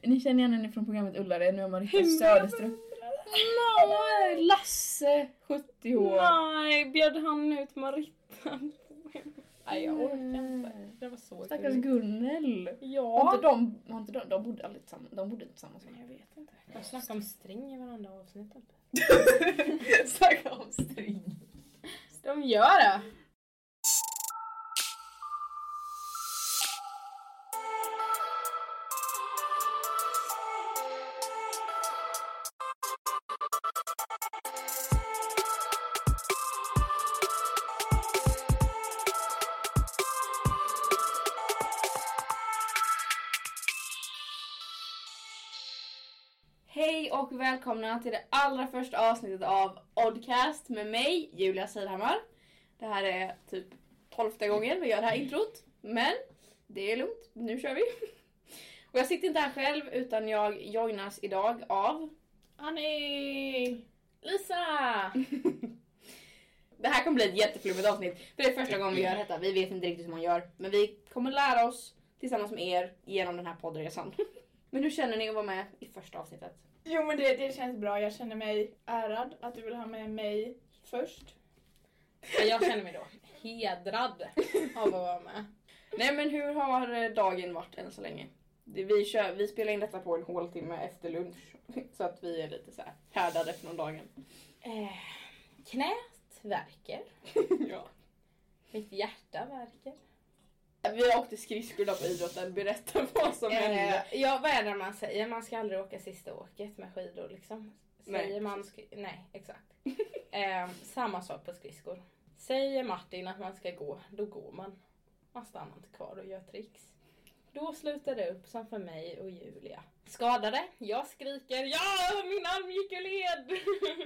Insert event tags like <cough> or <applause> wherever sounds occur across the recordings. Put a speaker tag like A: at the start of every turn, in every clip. A: Ni känner igen henne från programmet Ullared, nu har Marita
B: Himla
A: Söderström.
B: Nej!
A: Lasse, 70 år.
B: Nej, bjöd han ut Marita? Nej, jag orkar inte. Det var så
A: Stackars Gunnel. Har
B: Ja.
A: inte de, har inte de, de bodde aldrig tillsammans, de bodde inte tillsammans
B: Jag vet inte. De snackade om string i varandra avsnitt. typ.
C: Snacka om string.
B: De gör det! Hej och välkomna till det allra första avsnittet av Oddcast med mig, Julia Sidhammar. Det här är typ tolfte gången vi gör det här introt, men det är lugnt, nu kör vi. <laughs> Och jag sitter inte här själv utan jag joinas idag av...
C: Annie! Lisa!
B: Det här kommer bli ett jätteflummigt avsnitt, för det är första gången vi gör detta. Vi vet inte riktigt hur man gör, men vi kommer lära oss tillsammans med er genom den här poddresan. <laughs> Men hur känner ni att vara med i första avsnittet?
C: Jo men det, det känns bra, jag känner mig ärad att du vill ha med mig först.
D: Jag känner mig då hedrad av att vara med.
B: Nej men hur har eh, dagen varit än så länge? Det- Vi, kör, vi spelar in detta på en håltimme efter lunch. <laughs> Så att vi är lite så här härdade från dagen. <laughs>
D: Eh, knät värker.
B: ja.
D: Mitt hjärta värker.
B: Vi åkte skridskor idag på idrotten. Berätta vad som hände.
D: Eh, ja, vad är det man säger? Man ska aldrig åka sista åket med skidor liksom. Säger
B: Nej,
D: man... sk- Nej, exakt. Eh, samma sak på skridskor. Säger Martin att man ska gå, då går man. Man stannar inte kvar och gör tricks. Då slutar det upp som för mig och Julia. Skadade, jag skriker ja, min arm gick ur led! <laughs>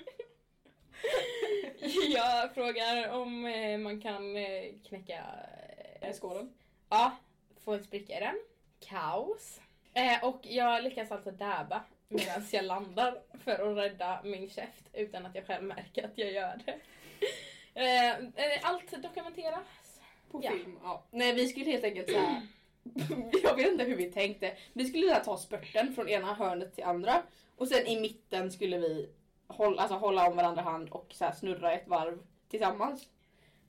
D: jag frågar om eh, man kan eh, knäcka... eh,
B: Eh, Skålen.
D: Ja, få en spricka i den. Kaos. Eh, och jag lyckas alltså dabba medan jag landar för att rädda min käft utan att jag själv märker att jag gör det. Eh, eh, allt dokumenteras.
B: På
D: Ja.
B: film. Ja. Nej vi skulle helt enkelt så
D: <clears throat>
B: här. Jag vet inte hur vi tänkte. Vi skulle så här ta spurten från ena hörnet till andra. Och sen i mitten skulle vi hålla, alltså hålla om varandra hand och så här snurra ett varv tillsammans. <laughs>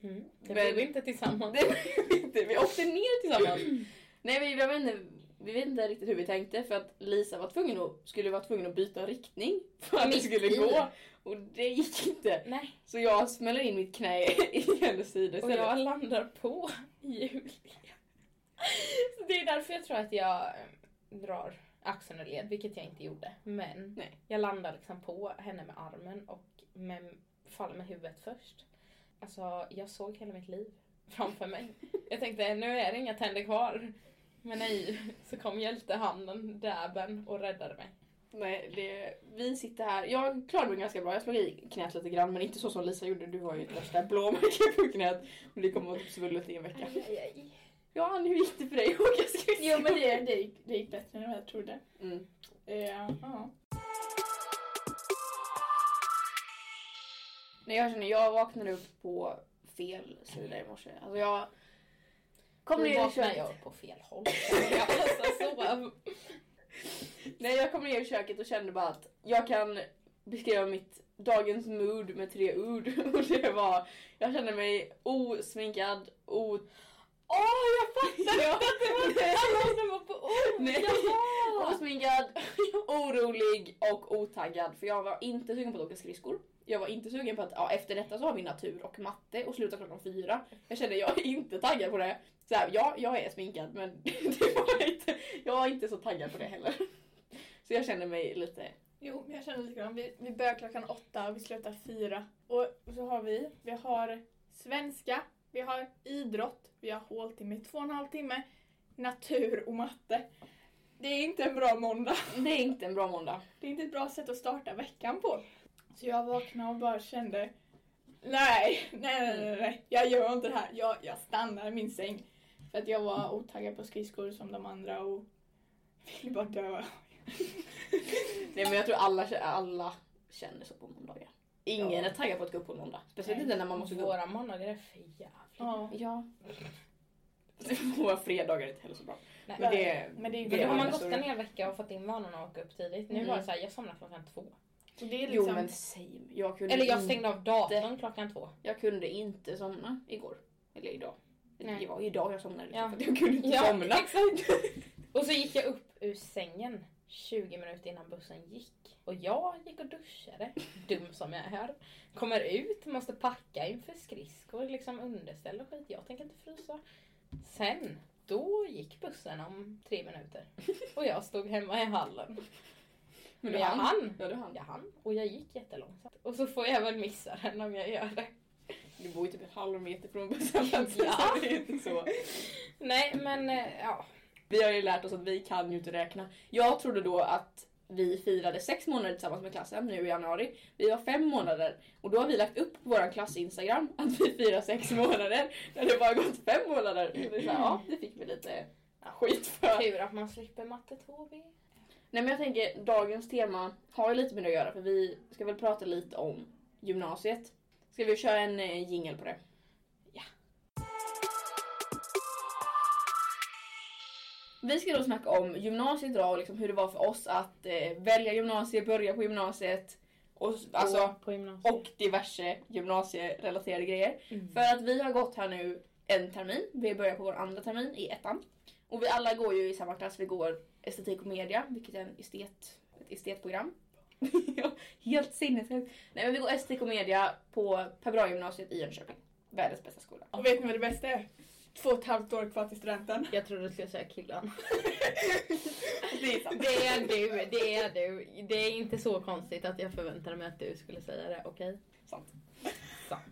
D: Mm,
B: Men-
D: Det blir vi inte tillsammans.
B: Det vet vi inte. Vi åkte ner tillsammans. Nej, vi, jag vet inte, vi vet inte riktigt hur vi tänkte för att Lisa var tvungen att, skulle vara tvungen att byta riktning för att det
D: Mitt
B: skulle
D: i.
B: gå. Och det gick inte.
D: Nej,
B: Så jag smäller in mitt knä i hennes sida
D: och
B: istället.
D: jag landar på <laughs> Julia. Så det är därför jag tror att jag eh, drar axeln och led, vilket jag inte gjorde. Men
B: Nej.
D: jag landar liksom på henne med armen och med, faller med huvudet först. Alltså, jag såg hela mitt liv <laughs> framför mig. Jag tänkte, nu är det inga tänder kvar. Men nej, så kom hjältehanden, dabben och räddade mig.
B: Nej, det, vi sitter här. Jag klarade mig ganska bra. Jag slog i knät lite grann men inte så som Lisa gjorde. Du har ju ett värsta blåmärke på knät och det kommer att vara typ svullet i en vecka. Ja, Annie, hur gick det för dig att åka skridskor?
C: Jo men det, det, gick, det gick bättre än vad jag trodde.
B: Mm.
C: Eh, ja.
B: Nej, jag känner, jag vaknade upp på fel sida i morse. Alltså jag kom
D: Då
B: ner i
D: vaknade
B: köket.
D: jag på fel håll. Jag alltså
B: <laughs>
D: sov.
B: Nej, jag kom ner i köket och kände bara att jag kan beskriva mitt dagens mood med tre ord. <laughs> Och det var, jag kände mig osminkad, o...
D: Åh, jag <laughs> fattar! Jag fattar inte! Alla som var på ord!
B: Nej.
D: Jaha!
B: osminkad, orolig och otaggad. För jag var inte sugen på att åka skridskor. Jag var inte sugen på att ja, efter detta så har vi natur och matte och slutar klockan fyra. Jag kände jag är inte taggad på det. Så här, ja, jag är sminkad men <laughs> det var inte, jag är inte så taggad på det heller. Så jag känner mig lite...
C: Jo, men jag känner lite grann. Vi, vi börjar klockan åtta och vi slutar fyra. Och så har vi, vi har svenska, vi har idrott, vi har håltimme i två och en halv timme, natur och matte. Det är inte en bra måndag.
B: Det är inte en bra måndag.
C: Det är inte ett bra sätt att starta veckan på. Så jag vaknade och bara kände Mm. Nej, nej, nej, nej, nej. jag gör inte det här. Jag, jag stannar i min säng. För att jag var otaggad på skridskor som de andra och ville bara dö.
B: Nej men jag tror alla, alla känner så på måndagar. Ingen är taggad på att gå upp på en måndag. Speciellt inte när man måste gå upp.
D: Våra månader är för jävla.
C: Ja.
B: Ja. <laughs> Våra fredagar är inte heller så bra.
D: Nej.
B: Men det,
C: Men det är ju
D: Men då har man
B: det-
D: gått
B: så-
D: en hel vecka och fått in vanorna att åka upp tidigt. Nu
B: Mm.
D: var det såhär, jag somnade klockan två.
C: Och det är
B: Jo
C: liksom,
B: men same. Jag kunde,
D: Eller jag
B: in-
D: stängde av datorn
B: <laughs>
D: klockan två.
B: jag kunde inte somna igår. Eller idag.
D: Nej.
B: Det var idag jag somnade.
D: Ja.
B: Ja. Jag kunde inte somna. <laughs>
D: exakt. Och så gick jag upp ur sängen 20 minuter innan bussen gick. Och jag gick och duschade, dum som jag är. Kommer ut, måste packa inför skridskor, liksom underställ och skit. Jag tänker inte frysa. Sen, då gick bussen om tre minuter.
B: <laughs>
D: Och jag stod hemma i hallen. Men jag
B: hann.
D: hann.
B: Ja, du hann.
D: Jag hann. Och jag gick jättelångsamt. Och så får jag väl missa den om jag gör det.
B: Du bor ju typ en halv meter från <laughs> busshållplatsen.
D: Ja.
B: så det är inte så.
D: Nej men eh, ja.
B: Vi har ju lärt oss att vi kan ju inte räkna. Jag trodde då att vi firade sex månader tillsammans med klassen nu i januari. Vi var fem månader och då har vi lagt upp på vår klass-instagram att vi firar sex månader när det bara gått fem månader. Så det, är så här, ja, det fick vi lite skit för.
D: Tur att man slipper matte 2B.
B: Nej men jag tänker dagens tema har ju lite med det att göra för vi ska väl prata lite om gymnasiet. Ska vi köra en eh, jingle på det?
D: Ja.
B: Vi ska då snacka om gymnasiet idag och liksom hur det var för oss att eh, välja gymnasiet, börja på gymnasiet och, s- alltså,
D: på gymnasiet.
B: och diverse gymnasierelaterade grejer.
D: Mm.
B: För att vi har gått här nu en termin. Vi börjar på vår andra termin i ettan. Och vi alla går ju i samma klass. Vi går estetik och media, vilket är en estet, ett estetprogram. <laughs> Ja, Helt sinnessjukt. Nej men vi går estetik och media på Per Brahe gymnasiet i Jönköping. Världens bästa skola.
C: och vet ni vad det bästa är? Två och ett halvt år kvar till studenten.
D: Jag trodde du skulle säga killen. <laughs>
B: Det är sant.
D: Det är du, det är du. Det är inte så konstigt att jag förväntade mig att du skulle säga det, okej?
B: Sant.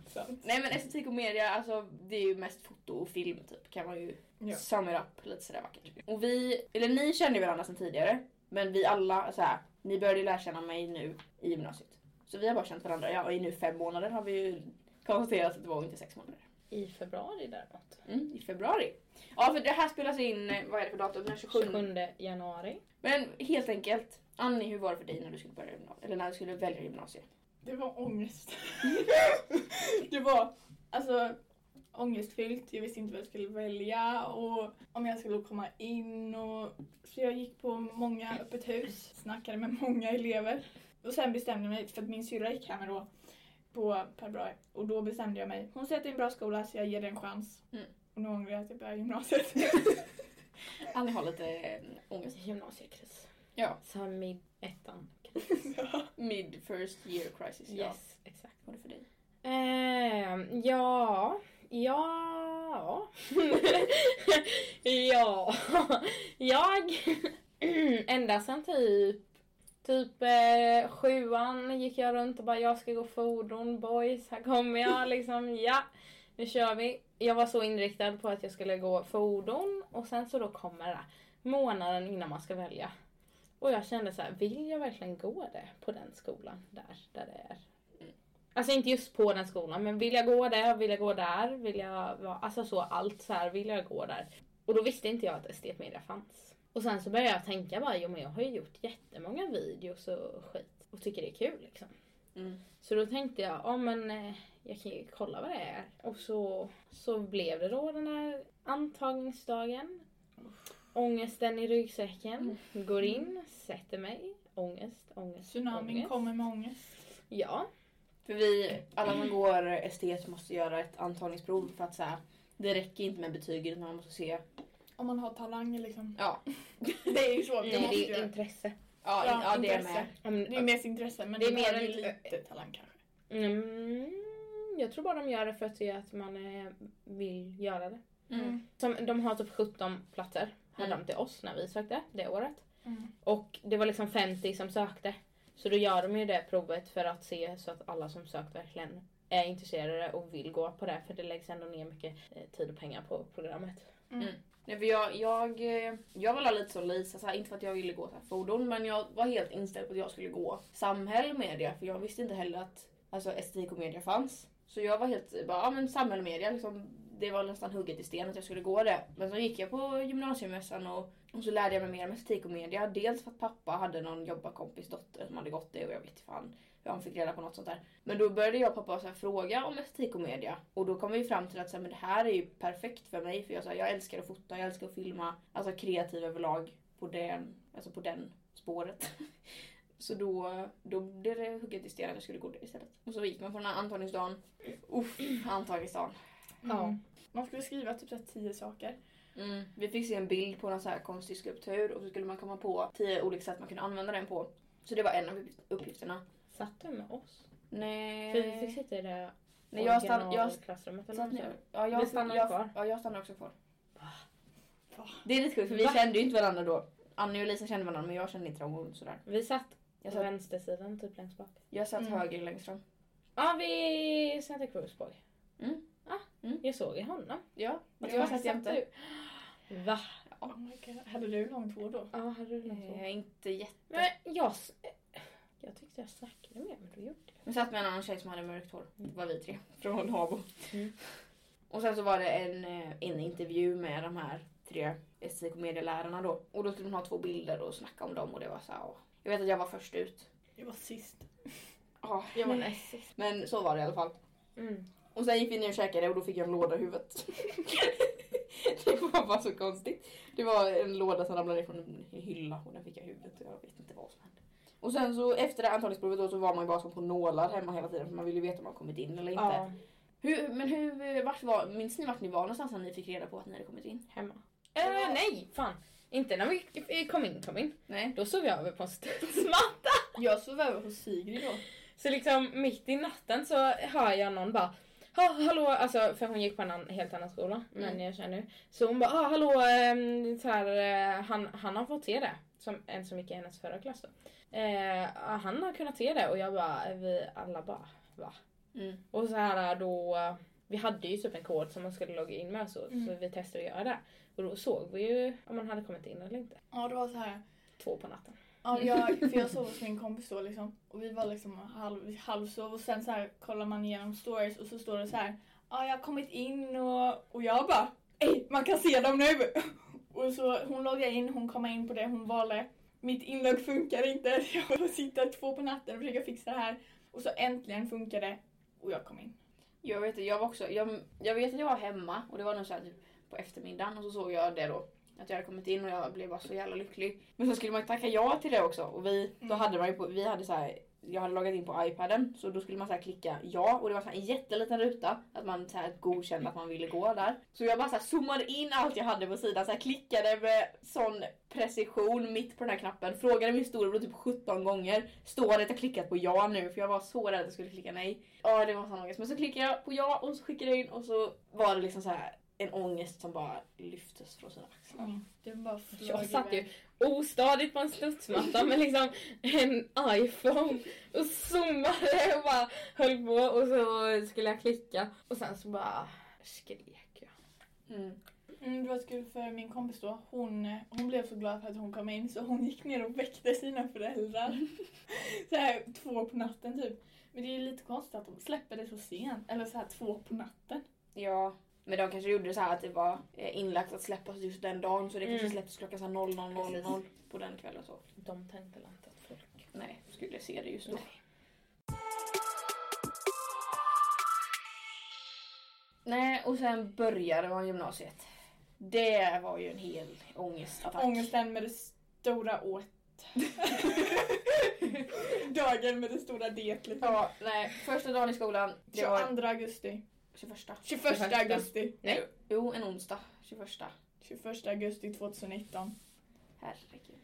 D: Sant.
B: Nej men estetik och media, alltså det är ju mest foto och film typ. Kan man ju
C: Ja.
B: summa upp lite sådär vackert. Och vi, eller ni känner ju varandra sedan tidigare. Men vi alla, så här, ni började ju lära känna mig nu i gymnasiet. Så vi har bara känt varandra, ja i nu fem månader har vi ju konstaterat att det var inte sex månader.
D: I februari däremot.
B: Mm, I februari. Ja för det här spelas in, eh, vad är det för datum? Den 27.
D: 27 januari.
B: Men helt enkelt, Annie hur var det för dig när du skulle börja gymnasiet? Eller när du skulle välja gymnasiet?
C: Det
B: <laughs>
C: var ångest. det var alltså ångestfyllt. Jag visste inte vad jag skulle välja och om jag skulle komma in. Och... Så jag gick på många öppet hus, snackade med många elever. Och sen bestämde jag mig, för att min syrra gick här med då på Per Brahe. Och då bestämde jag mig. Hon säger att det är en bra skola så jag ger det en chans.
B: Mm.
C: Och nu ångrar jag att jag
B: <laughs>
C: började gymnasiet.
B: Annie har lite eh, ångest.
D: Gymnasiekris.
B: Ja.
D: Som i ettan.
B: Mid first year crisis. Ja.
D: Yes, exakt.
B: Vad var det för dig?
D: Ehm, ja, ja, <laughs> ja, jag <clears throat> ända sen typ Typ eh, sjuan gick jag runt och bara jag ska gå fordon boys, här kommer jag liksom, ja nu kör vi. Jag var så inriktad på att jag skulle gå fordon och sen så då kommer det här, månaden innan man ska välja. Och jag kände så här, vill jag verkligen gå det på den skolan där, där det är? Alltså inte just på den skolan, men vill jag gå där, vill jag gå där, vill jag vara, alltså så allt så här, vill jag gå där. Och då visste inte jag att estetmedia fanns. Och sen så började jag tänka bara, jo men jag har ju gjort jättemånga videos och skit och tycker det är kul liksom.
B: Mm.
D: Så då tänkte jag, ja men eh, jag kan ju kolla vad det är. Och så, så blev det då den här antagningsdagen. Ångesten i ryggsäcken. Går in, sätter mig. Ångest, ångest,
C: Tsunamin
D: ångest.
C: kommer med ångest.
D: Ja.
B: För vi, alla som går estet måste göra ett antagningsprov för att så här, det räcker inte med betygen utan man måste se.
C: Om man har talang liksom.
B: Ja,
C: <laughs>
B: Mm.
C: Det är ju så.
D: Nej, det är ju intresse.
B: ja, ja,
C: Ja,
B: det är
C: intresse.
B: med.
D: Om-
C: Det är mest intresse men
D: Det
C: det
D: är
C: är
D: mer
C: ju
D: än-
C: lite talang kanske.
D: Mm, jag tror bara de gör det för att, det är att man eh, vill göra det.
B: Mm.
D: Som, de har typ 17 platser, hade
B: Mm.
D: de till oss när vi sökte det året.
C: Mm.
D: Och det var liksom 50 som sökte. Så då gör de ju det provet för att se så att alla som sökt verkligen är intresserade och vill gå på det. För det läggs ändå ner mycket eh, tid och pengar på programmet.
C: Mm.
B: Nej, för jag, jag, eh, jag var lite som Lisa, så här, inte för att jag ville gå så här, fordon men jag var helt inställd på att jag skulle gå samhälle och media för jag visste inte heller att alltså, estetik och media fanns. Så jag var helt eh, bara, ja men samhälle och media liksom, det var nästan hugget i sten att jag skulle gå det. Men så gick jag på gymgymnasiemässan och Och så lärde jag mig mer om estetik och media. Dels för att pappa hade någon jobbarkompis dotter som hade gått det och jag vet fan hur han fick reda på något sånt där. Men då började jag och pappa så här fråga om estetik och media. Och då kom vi fram till att så här, men det här är ju perfekt för mig. För jag, så här, jag älskar att fota, jag älskar att filma. Alltså kreativ överlag på den, alltså på den spåret. <laughs> Så då, då blev det hugget i sten att jag skulle gå det istället. Och så gick man på den här antagningsdagen. Uff, antagningsdagen.
C: Mm.
D: Ja.
C: Man skulle skriva typ så här tio saker.
B: Mm. Vi fick se en bild på någon så här konstig skulptur och så skulle man komma på tio olika sätt man kunde använda den på. Så det var en av uppgifterna.
D: Satt du med oss?
B: Nej.
D: För vi fick sitta i det
B: Nej, Eh, jag stann- jag-
D: klassrummet
B: Så
D: eller
B: att
D: något.
B: nu- ja, jag,
D: Vi stannar
B: jag,
D: kvar.
B: Ja, jag stannar också kvar.
C: Va?
B: Det är lite sjukt för vi
D: Va?
B: kände ju inte varandra då. Annie och Lisa kände varandra men jag kände inte dem och sådär.
D: Vi satt på
B: Jag satt,
D: vänstersidan typ längst bak.
B: jag satt
C: Mm.
B: höger längst fram.
D: Ja, vid Santa Cruzborg.
B: Mm.
D: Ja,
B: Mm.
D: jag såg ju honom.
B: Ja,
D: Och
B: jag,
D: så
B: satt jämte.
D: du. Va?
C: Oh my God. Hade du långt hår då?
D: Ja, hade du något
B: Eh, inte jätte...
D: Men jag... s- Jag tyckte jag snackade med men du gjorde det.
B: Vi satt med en annan tjej som hade mörkt hår. Det var vi tre <laughs> från Habo.
D: Mm.
B: Och sen så var det en, eh, en intervju med de här tre estetik och medielärarna då. Och då skulle de ha två bilder och snacka om dem och det var så här, åh. Jag vet att jag var först ut.
C: Jag var sist.
B: Ja,
C: Jag var
B: nej.
C: näst sist.
B: <laughs> Men så var det i alla fall.
D: Mm.
B: Och sen gick vi ner och käkade och då fick jag en låda i huvudet. <laughs> det var bara så konstigt. Det var en låda som ramlade ner från en hylla och den fick jag i huvudet och jag vet inte vad som hände. Och sen så efter det här antagningsprovet då så var man ju bara som på nålar hemma hela tiden för man ville ju veta om man kommit in eller inte.
D: Ja,
B: Hur, men hur, vart var, minns ni vart ni var någonstans när ni fick reda på att ni hade kommit in?
D: hemma. Äh, nej! Fan. Inte när vi- vi kom in, kom in.
B: Nej.
D: Då sov jag över på en studsmatta.
C: Jag sov över hos Sigrid då.
D: Så liksom mitt i natten så hör jag någon bara Ha, hallå, alltså för hon gick på en annan, helt annan skola, men
B: Mm.
D: jag känner nu. Så hon bara, ah, hallå, ehm, så här, eh, han, han har fått se det. Som, en som gick i hennes förra klass då. Eh, ah, han har kunnat se det och jag bara, vi alla bara, va?
B: Mm.
D: Och så här eh, då, vi hade ju typ en kod som man skulle logga in med så, så vi testade att göra det. Och då såg vi ju om man hade kommit in eller inte.
C: Ja, det var så här.
D: Två på natten.
C: Ja, jag, för jag sov hos min kompis då liksom. Och vi var liksom halv, vi halvsov och sen så här kollar man igenom stories och så står det så här. Ja, jag har kommit in och, och jag bara. Ej, man kan se dem nu! <laughs> Och så hon loggade in, hon kom in på det hon valde. Mitt inlogg funkar inte. <laughs> Jag får sitta två på natten och försöka fixa det här. Och så äntligen funkar det. Och jag kom in.
B: Jag vet, jag var också, jag, jag vet att jag var hemma och det var nog så här typ på eftermiddagen och så såg jag det då. Att jag hade kommit in och jag blev bara så jävla lycklig. Men så skulle man ju tacka ja till det också och vi, då
C: Mm.
B: hade man ju på, vi hade så här, jag hade loggat in på iPaden så då skulle man så här klicka ja och det var så här en jätteliten ruta att man så här godkände att man ville gå där. Så jag bara så här zoomade in allt jag hade på sidan, så här klickade med sån precision mitt på den här knappen, frågade min storebror typ 17 gånger, står det att jag klickat på ja nu för jag var så rädd att jag skulle klicka nej. Ja det var sån ångest men så klickade jag på ja och så skickade jag in och så var det liksom så här en ångest som bara lyftes från sina axlar.
C: Det bara
D: Jag satt ju ostadigt på en studsmatta med liksom en iPhone och zoomade och bara höll på och så skulle jag klicka och sen så bara skrek jag.
B: Mm.
C: Mm, det var så kul för min kompis då, hon, eh, hon blev så glad för att hon kom in så hon gick ner och väckte sina föräldrar. så här två på natten typ. Men det är ju lite konstigt att de släpper det så sent, eller så här två på natten.
B: Ja. Men de kanske gjorde det så här att det var eh, inlagt att släppas just den dagen så det kanske
D: Mm.
B: släpptes klockan så här 00.00 på den kvällen så.
D: De tänkte väl inte att folk...
B: Nej, skulle jag se det just då.
D: Nej.
B: Nej. och sen började man gymnasiet. Det var ju en hel ångestattack.
C: Ångesten med det stora åt. Dagen med det stora D. Liksom.
B: Ja, nej. Första dagen i skolan. Det var
C: 22 augusti.
B: 21.
C: 21 augusti.
D: Nej.
B: Jo, en onsdag. 21.
C: 21 augusti 2019.
B: Herregud.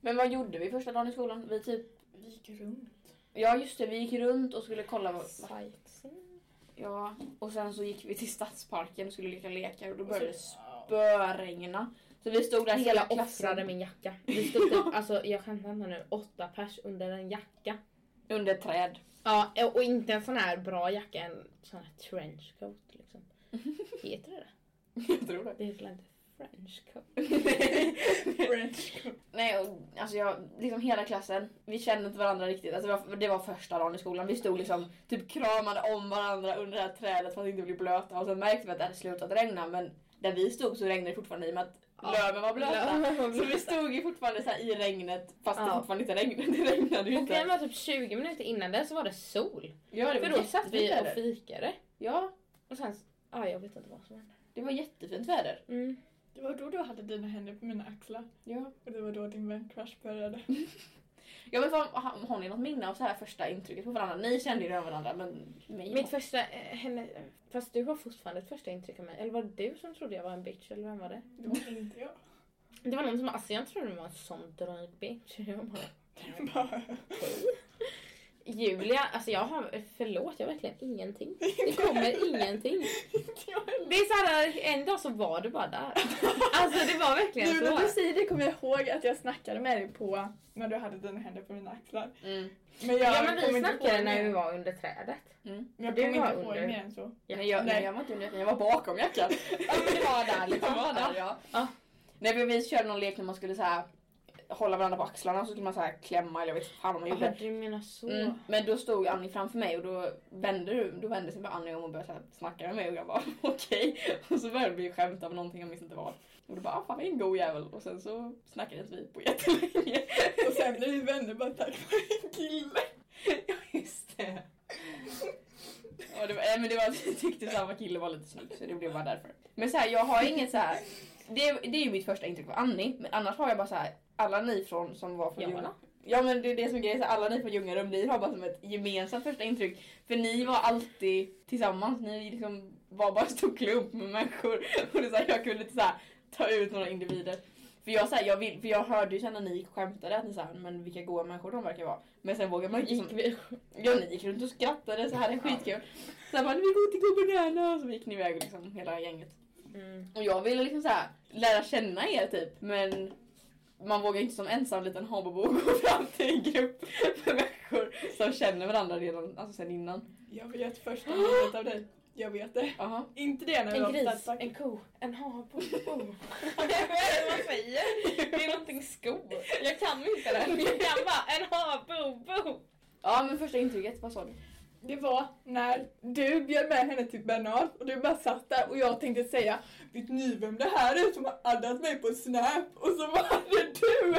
B: Men vad gjorde vi första dagen i skolan? Vi typ...
C: Vi gick runt.
B: Ja just det, vi gick runt och skulle kolla vad... vad-
D: Sightseeing.
B: Ja. Och sen så gick vi till stadsparken och skulle leka lekar och då
C: Och så-
B: började det spöregna. Så vi stod där hela
D: Jag offrade
B: klassen
D: min jacka. Vi stod <laughs> typ, alltså jag skämtar inte nu, åtta pers under en jacka.
B: under ett träd.
D: Ja, och inte en sån här bra jacka, en sån här trenchcoat <laughs> liksom. Heter det det?
B: Jag tror det.
D: Det heter väl inte frenchcoat?
C: French.
B: <laughs> Nej, och, alltså jag, liksom hela klassen, vi kände inte varandra riktigt. Alltså det, var, det var första dagen i skolan. Vi stod liksom typ kramade om varandra under det här trädet för att inte bli blöta. Och sen märkte vi att det hade slutat regna men där vi stod så regnade det fortfarande i och med att Löven
D: <laughs>
B: var blöta.
D: Löven var
B: Så vi
D: blöta.
B: stod ju fortfarande så här i regnet fast det
D: Ja.
B: fortfarande inte regnade. Det regnade ju
D: Och det
B: inte.
D: var typ 20 minuter innan det så var det sol.
B: Ja, det
D: För då
B: var
D: satt vi
B: jättefint
D: och
B: väder.
D: fikade.
B: Ja,
D: Och sen, ja jag vet inte vad som hände.
B: det var jättefint väder.
D: Mm.
C: Det var då du hade dina händer på mina axlar.
B: Ja.
C: Och det var då din väncrush började.
B: Ja men fan, har, har ni något minne av så här första intrycket på varandra? Ni kände ju redan varandra men Mm. mig
D: Mitt första, eh, henne, fast du har fortfarande ett första intryck av mig. Eller var det du som trodde jag var en bitch eller vem var det?
C: Det var inte jag.
D: Det var någon som, alltså jag trodde du var en sån dryg bitch. <laughs> Jag bara,
C: <laughs> Bara,
D: Julia, alltså jag har, förlåt jag har verkligen ingenting. <laughs> Det kommer ingenting.
C: inte jag heller.
D: Det är såhär, en dag så var du bara där. <laughs> Alltså det var verkligen
C: Nu när du
D: så.
C: säger det kommer jag ihåg att jag snackade med dig på när du hade dina händer på mina axlar.
B: Mm.
C: Men jag
D: Ja men
C: kommer
D: vi
C: inte
D: snackade
C: på
D: när
C: mer.
D: vi var under trädet.
B: Mm.
C: Men jag
D: du
C: kommer
D: var
C: inte ihåg
D: under.
C: mer än så.
D: Ja.
B: Nej, jag,
C: Nej.
B: nej jag var inte under jackan, jag var bakom jackan.
D: Ja men det var
B: <laughs>
D: där liksom.
B: Jag var där ja.
D: Ja.
B: Nej men vi körde någon lek när man skulle så här hålla varandra på axlarna och så skulle man så här klämma eller jag vet inte fan vad man
D: Jaha
B: gjorde.
D: du menar så.
B: Mm. Men då stod Annie framför mig och då vände, du, då vände sig bara Annie om och började så här snacka med mig och jag bara <laughs> okej. Och så började vi skämta om någonting jag minns inte vad. Och då bara ah, fan vilken god jävel. Och sen så snackade inte vi på <laughs> jättelänge.
C: Och sen blev vi vänner bara tack vare en kille.
B: Ja just det. Ja, det var, nej, men det var, <laughs> jag tyckte samma kille var lite snygg så det blev bara därför. Men så här, jag har inget så här. Det, det är ju mitt första intryck av Annie men annars har jag bara så här. Alla ni från som var från
D: Ja.
B: Ljungarum. Ja men det är det som är grejen, så här, alla ni från Ljungarum ni har bara som ett gemensamt första intryck. För ni var alltid tillsammans, ni liksom var bara en stor klump med människor. <laughs> Och det är så här, jag kunde inte så här, ta ut några individer. För jag, så här, jag, vill, för jag hörde ju sen när ni skämtade att ni sa men vilka goa människor de verkar vara. Men sen vågar man
D: Då
B: inte
D: gick vi.
B: Ja ni gick runt och skrattade så här det är skitkul. Sen bara vi går till Gubben och så gick ni iväg liksom hela gänget.
D: Mm.
B: Och jag ville liksom så här lära känna er typ men man vågar inte som ensam liten hobobo <laughs> gå fram till en grupp med människor som känner varandra redan alltså sen innan.
C: Jag vet första minnet av dig. Jag vet det.
B: Aha.
D: <laughs>
C: Inte det när vi
D: En
C: var på
D: gris,
C: Stadsparken.
D: en ko, en <laughs> habo. Oh. Jag vet inte vad man säger. Det är någonting sko. Jag kan inte det. <laughs> Jag kan bara en habo. bo.
B: Ja men första intrycket, vad sa du?
C: Det var när du bjöd med henne till Bernard och du bara satt där och jag tänkte säga Vet ni vem det här är som har addat mig på Snap? Och så var det du!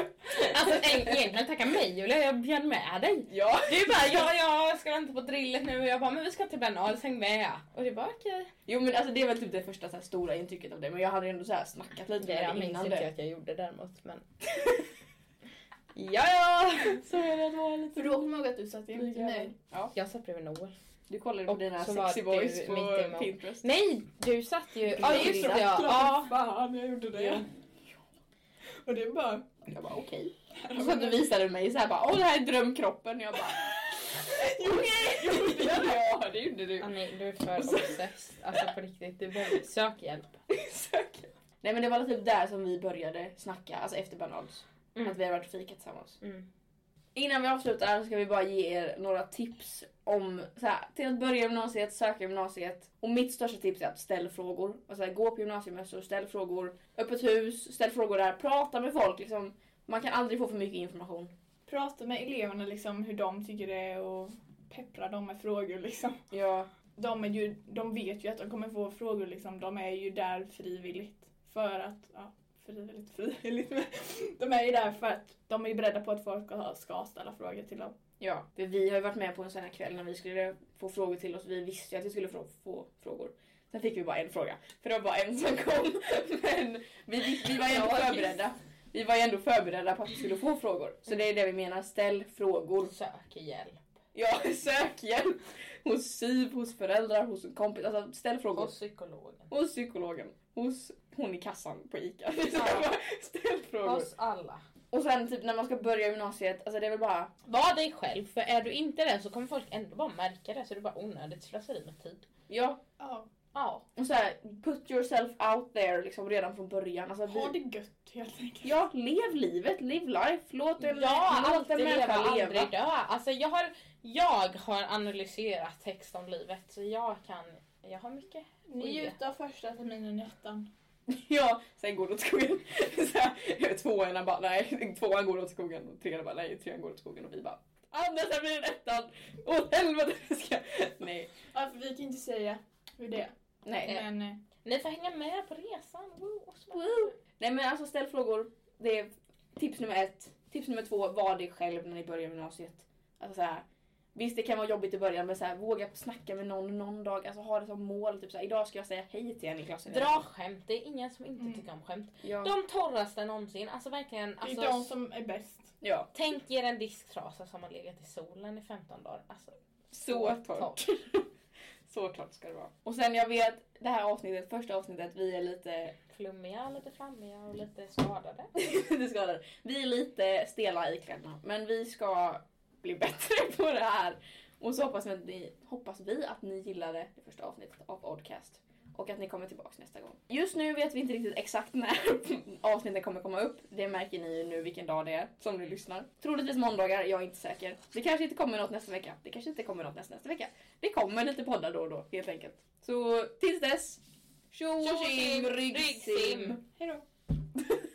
D: Alltså en- egentligen tacka mig Julia, jag bjöd med dig.
B: Ja!
D: Du bara ja, ja, jag ska vänta på drillet nu och jag bara men vi ska till Bernard, häng med. Och du bara okej.
B: Jo men alltså det är väl typ det första så här, stora intrycket av det men jag hade ju ändå så här snackat lite
D: Det jag
B: med dig
D: minns
B: innan
D: inte
B: det.
D: att jag gjorde däremot men. <laughs> ja, ja.
B: Så är det att vara lite
C: För då kommer jag ihåg att du satt jämte mig.
B: Ja,
D: Jag satt bredvid Noel.
B: du kollade på
D: Mm, Och
B: dina
D: så var
B: sexy
D: du
B: boys
D: mitt emot.
B: på Pinterest.
D: Nej, du satt ju... Ja just det, ja.
C: Ja.
D: ja.
C: Fan, jag gjorde det. <laughs> Och det bara...
B: Jag bara <laughs> okej. Och Så att du visade mig så här bara åh det här är drömkroppen och jag <laughs> bara <laughs>
C: Gjorde jag det?
B: ja det gjorde <laughs> du.
D: Annie, du är för obsessed. Alltså på riktigt, du behöver... Sök hjälp.
B: Nej men det var typ där som vi började snacka, alltså efter Bernards.
D: Mm.
B: Att vi har varit och fikat tillsammans.
D: Mm.
B: Innan vi avslutar ska vi bara ge er några tips om så här, till att börja gymnasiet, söka gymnasiet. Och mitt största tips är att ställ frågor. Alltså, gå på gymnasiemössor, ställ frågor. Öppet hus, ställ frågor där. Prata med folk liksom. Man kan aldrig få för mycket information.
C: Prata med eleverna liksom hur de tycker det är och peppra dem med frågor liksom.
B: Ja.
C: De, är ju, de vet ju att de kommer få frågor liksom. De är ju där frivilligt. För att, ja, frivilligt, frivilligt. <laughs> men De är ju där för att de är beredda på att folk ska- ska ställa frågor till dem.
B: Ja, för vi har ju varit med på en sån här kväll när vi skulle få frågor till oss. Vi visste ju att vi skulle få, få frågor. Sen fick vi bara en fråga. För det var bara en som kom. <laughs> Men vi, vi, vi var ju ändå
D: Ja,
B: förberedda. Vi var ju ändå förberedda på att vi skulle få frågor.
D: Mm.
B: Så det är det vi menar. Ställ frågor.
D: Sök hjälp.
B: Ja, <laughs> sök hjälp. Hos SYV, hos föräldrar, hos en kompis. Alltså ställ frågor.
D: Hos psykologen.
B: Hos psykologen. Hos hon i kassan på ICA. <laughs>
D: Ja.
B: Ställ frågor.
D: Hos alla.
B: Och sen typ när man ska börja gymnasiet. Alltså det är väl bara
D: Var dig själv, för är du inte det så kommer folk ändå bara märka det så det är bara onödigt slöseri med tid.
B: Ja,
C: Ja.
D: Ja.
B: Och så här, put yourself out there liksom redan från början. Alltså,
C: Ha
B: vi,
C: det gött helt enkelt. <laughs>
B: ja, lev livet, live life. Låt en,
D: Ja,
B: låt en
D: alltid leva,
B: människa leva.
D: aldrig dö. Alltså jag har, jag har analyserat text om livet så jag kan, jag har mycket.
C: Njut av första terminen i ettan.
B: <laughs> Ja, sen går det åt skogen. <laughs> så här, tvåorna bara nej, tvåan går åt skogen. Och trean bara nej, trean går åt skogen. Och vi bara andra terminen ettan. Åt helvete. Ska... Nej.
C: Ja, för vi kan inte säga hur det är.
B: Nej.
C: Men eh,
D: Ni får hänga med på resan. Woo, och så-
B: Woo. Nej men alltså ställ frågor. Det är tips nummer ett. Tips nummer två, var dig själv när ni börjar gymnasiet. Alltså så här, visst det kan vara jobbigt i början men så här, våga snacka med någon någon dag. Alltså ha det som mål. Typ så här, idag ska jag säga hej till en i klassen.
D: Dra skämt, det är ingen som inte
C: Mm.
D: tycker om skämt.
B: Ja.
D: De torraste någonsin, alltså verkligen.
C: Det är
D: Alltså,
C: de som är bäst.
B: ja.
D: Tänk er en disktrasa som har legat i solen i 15 dagar. Alltså,
B: Så torrt. <laughs> Så torrt ska det vara. Och sen jag vet, det här avsnittet, första avsnittet, vi är lite,
D: Flummiga, lite flammiga och lite skadade.
B: lite skadade. Vi är lite stela i kläderna. Men vi ska bli bättre på det här. Och så hoppas vi att ni, hoppas vi att ni gillade det första avsnittet av Oddcast. Och att ni kommer tillbaka nästa gång. Just nu vet vi inte riktigt exakt när avsnittet kommer komma upp. Det märker ni ju nu vilken dag det är som ni lyssnar. Troligtvis måndagar, jag är inte säker. Det kanske inte kommer något nästa vecka. Det kanske inte kommer något nästa, nästa vecka. Det kommer lite poddar då och då helt enkelt. Så tills dess. Tjo
D: Tjo,
B: tjim
D: tjim,
B: ryggsim.
D: ryggsim.
C: Hejdå.